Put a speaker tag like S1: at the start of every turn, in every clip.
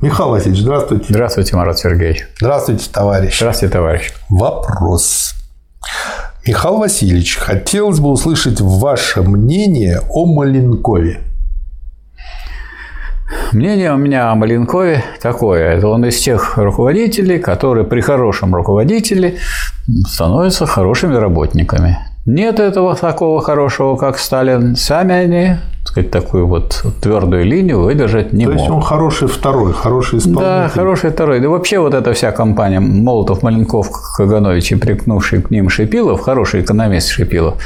S1: Михаил Васильевич, здравствуйте.
S2: Здравствуйте, Марат Сергеевич.
S1: Здравствуйте, товарищ.
S2: Здравствуйте, товарищ.
S1: Вопрос. Михаил Васильевич, хотелось бы услышать ваше мнение о Маленкове.
S2: Мнение у меня о Маленкове такое. Это он из тех руководителей, которые при хорошем руководителе становятся хорошими работниками. Нет этого такого хорошего, как Сталин. Сами они так сказать, такую вот твердую линию выдержать не
S1: То
S2: могут.
S1: есть он хороший второй, хороший исполнитель.
S2: Да, хороший второй. Да вообще вот эта вся компания Молотов, Маленков, Каганович и прикнувший к ним Шипилов, хороший экономист Шипилов,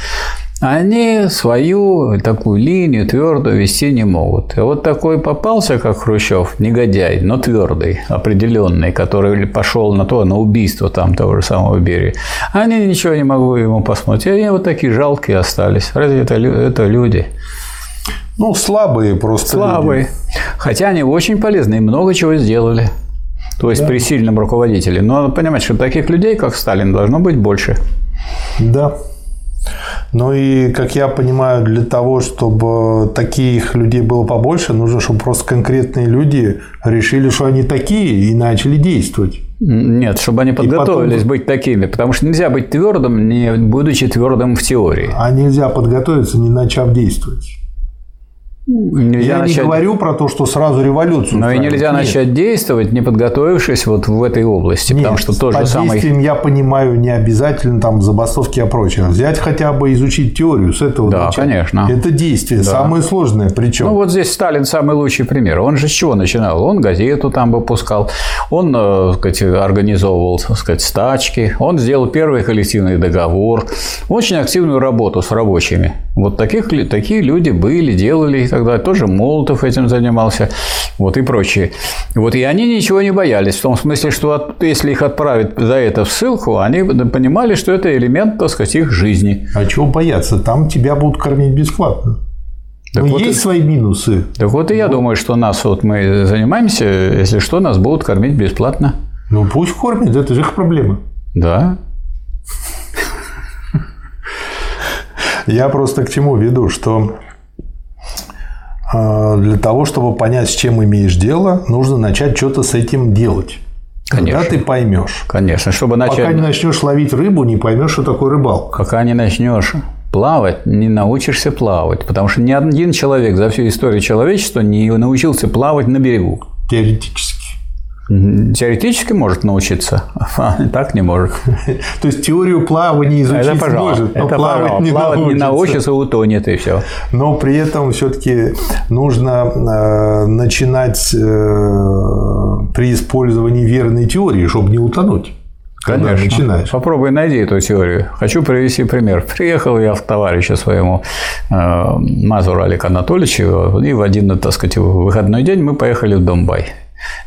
S2: они свою такую линию твердую вести не могут. И вот такой попался, как Хрущев, негодяй, но твердый, определенный, который пошел на то, на убийство там того же самого Берии. Они ничего не могли ему посмотреть. Они вот такие жалкие остались. Разве это, лю- это люди?
S1: Ну, слабые просто
S2: Слабые.
S1: люди.
S2: Хотя они очень полезны и много чего сделали. То есть при сильном руководителе. Но надо понимать, что таких людей, как Сталин, должно быть больше.
S1: Да. Ну и, как я понимаю, для того, чтобы таких людей было побольше, нужно, чтобы просто конкретные люди решили, что они такие, и начали действовать.
S2: М, Нет, чтобы они подготовились
S1: потом-
S2: быть такими. Потому что нельзя быть твердым, не будучи твердым в теории.
S1: А нельзя подготовиться, не начав действовать.
S2: Нельзя
S1: Я, не
S2: начать-
S1: говорю про то, что сразу революцию.
S2: Но и
S1: устраивать.
S2: нельзя
S1: Нет.
S2: начать действовать, не подготовившись вот в этой области.
S1: Нет,
S2: потому что тот же
S1: под
S2: самый...
S1: действием я понимаю не обязательно там забастовки и прочее. Взять хотя бы изучить теорию с этого
S2: Да,
S1: начать.
S2: конечно.
S1: Это действие самое сложное, причем.
S2: Ну, вот здесь Сталин самый лучший пример. Он же с чего начинал? Он газету там выпускал, он э, так сказать, организовывал так сказать, стачки, он сделал первый коллективный договор, очень активную работу с рабочими. Вот таких, лю- такие люди были, делали и так далее. Тоже Молотов этим занимался, вот и прочие. Вот и они ничего не боялись, в том смысле, что от- если их отправят за это в ссылку, они понимали, что это элемент, так сказать, их жизни.
S1: А чего бояться? Там тебя будут кормить бесплатно.
S2: Так
S1: Но
S2: вот
S1: есть свои минусы.
S2: Так вот и я думаю, что нас вот мы занимаемся, если что, нас будут кормить бесплатно.
S1: Ну пусть кормят, это же их проблема.
S2: Да.
S1: Я просто к чему веду, что э, для того, чтобы понять, с чем имеешь дело, нужно начать что-то с этим делать.
S2: Конечно.
S1: Когда ты поймешь.
S2: Конечно, чтобы начать,
S1: Пока не начнешь ловить рыбу, не поймешь, что такое рыбалка.
S2: пока не начнешь плавать, не научишься плавать, потому что ни один человек за всю историю человечества не научился плавать на берегу.
S1: Теоретически.
S2: М, Теоретически может научиться, а так не может.
S1: То есть теорию плавания изучить
S2: Это пожалуй.
S1: может, но
S2: Это
S1: плавать,
S2: пожалуй.
S1: не,
S2: плавать не
S1: научится.
S2: научится, утонет и все.
S1: Но при этом все-таки нужно э, начинать э, при использовании верной теории, чтобы не утонуть. Когда начинаешь.
S2: Попробуй найди эту теорию. Хочу привести пример. Приехал я к товарищу своему э, Мазуру Олегу Анатольевичу, и в один, э, так сказать, выходной день мы поехали в Домбай.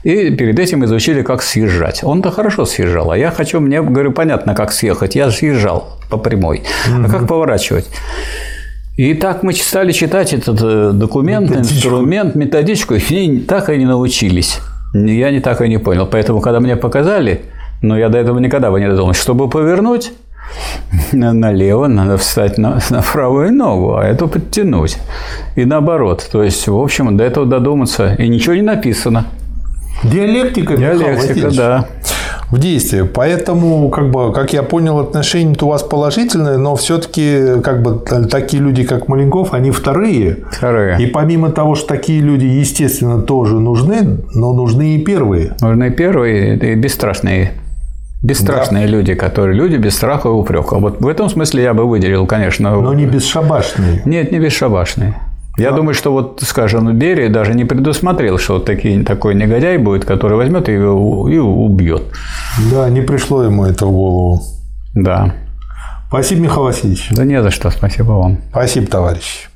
S2: И перед этим изучили, как съезжать. Он-то хорошо съезжал, а я хочу, мне, говорю, понятно, как съехать. Я съезжал по прямой. А как поворачивать? И так мы стали читать этот э, документ, инструмент, методичку, и так и не научились. Я не так и не понял. Поэтому, когда мне показали, но я до этого никогда бы не додумался, чтобы повернуть на- налево, надо встать на, на правую ногу, а эту подтянуть. И наоборот. То есть, в общем, до этого додуматься. И ничего не написано.
S1: Диалектика, Михаил
S2: Диалектика,
S1: Васильевич,
S2: да.
S1: в действии. Поэтому, как бы, как я понял, отношение то у вас положительное, но все-таки как бы т- такие люди, как Маленков, они вторые.
S2: Второе.
S1: И помимо того, что такие люди, естественно, тоже нужны, но нужны и первые.
S2: Нужны первые и бесстрашные. Бесстрашные люди, которые люди без страха и упрека. Вот в этом смысле я бы выделил, конечно.
S1: Но не бесшабашные.
S2: Нет, не бесшабашные. Ну. Я думаю, что вот, скажем, Берия даже не предусмотрел, что вот такие, такой негодяй будет, который возьмет и, его- и убьет.
S1: Да, не пришло ему это в голову.
S2: Да.
S1: Спасибо, Михаил Васильевич.
S2: Да не за что, спасибо вам.
S1: Спасибо, товарищи.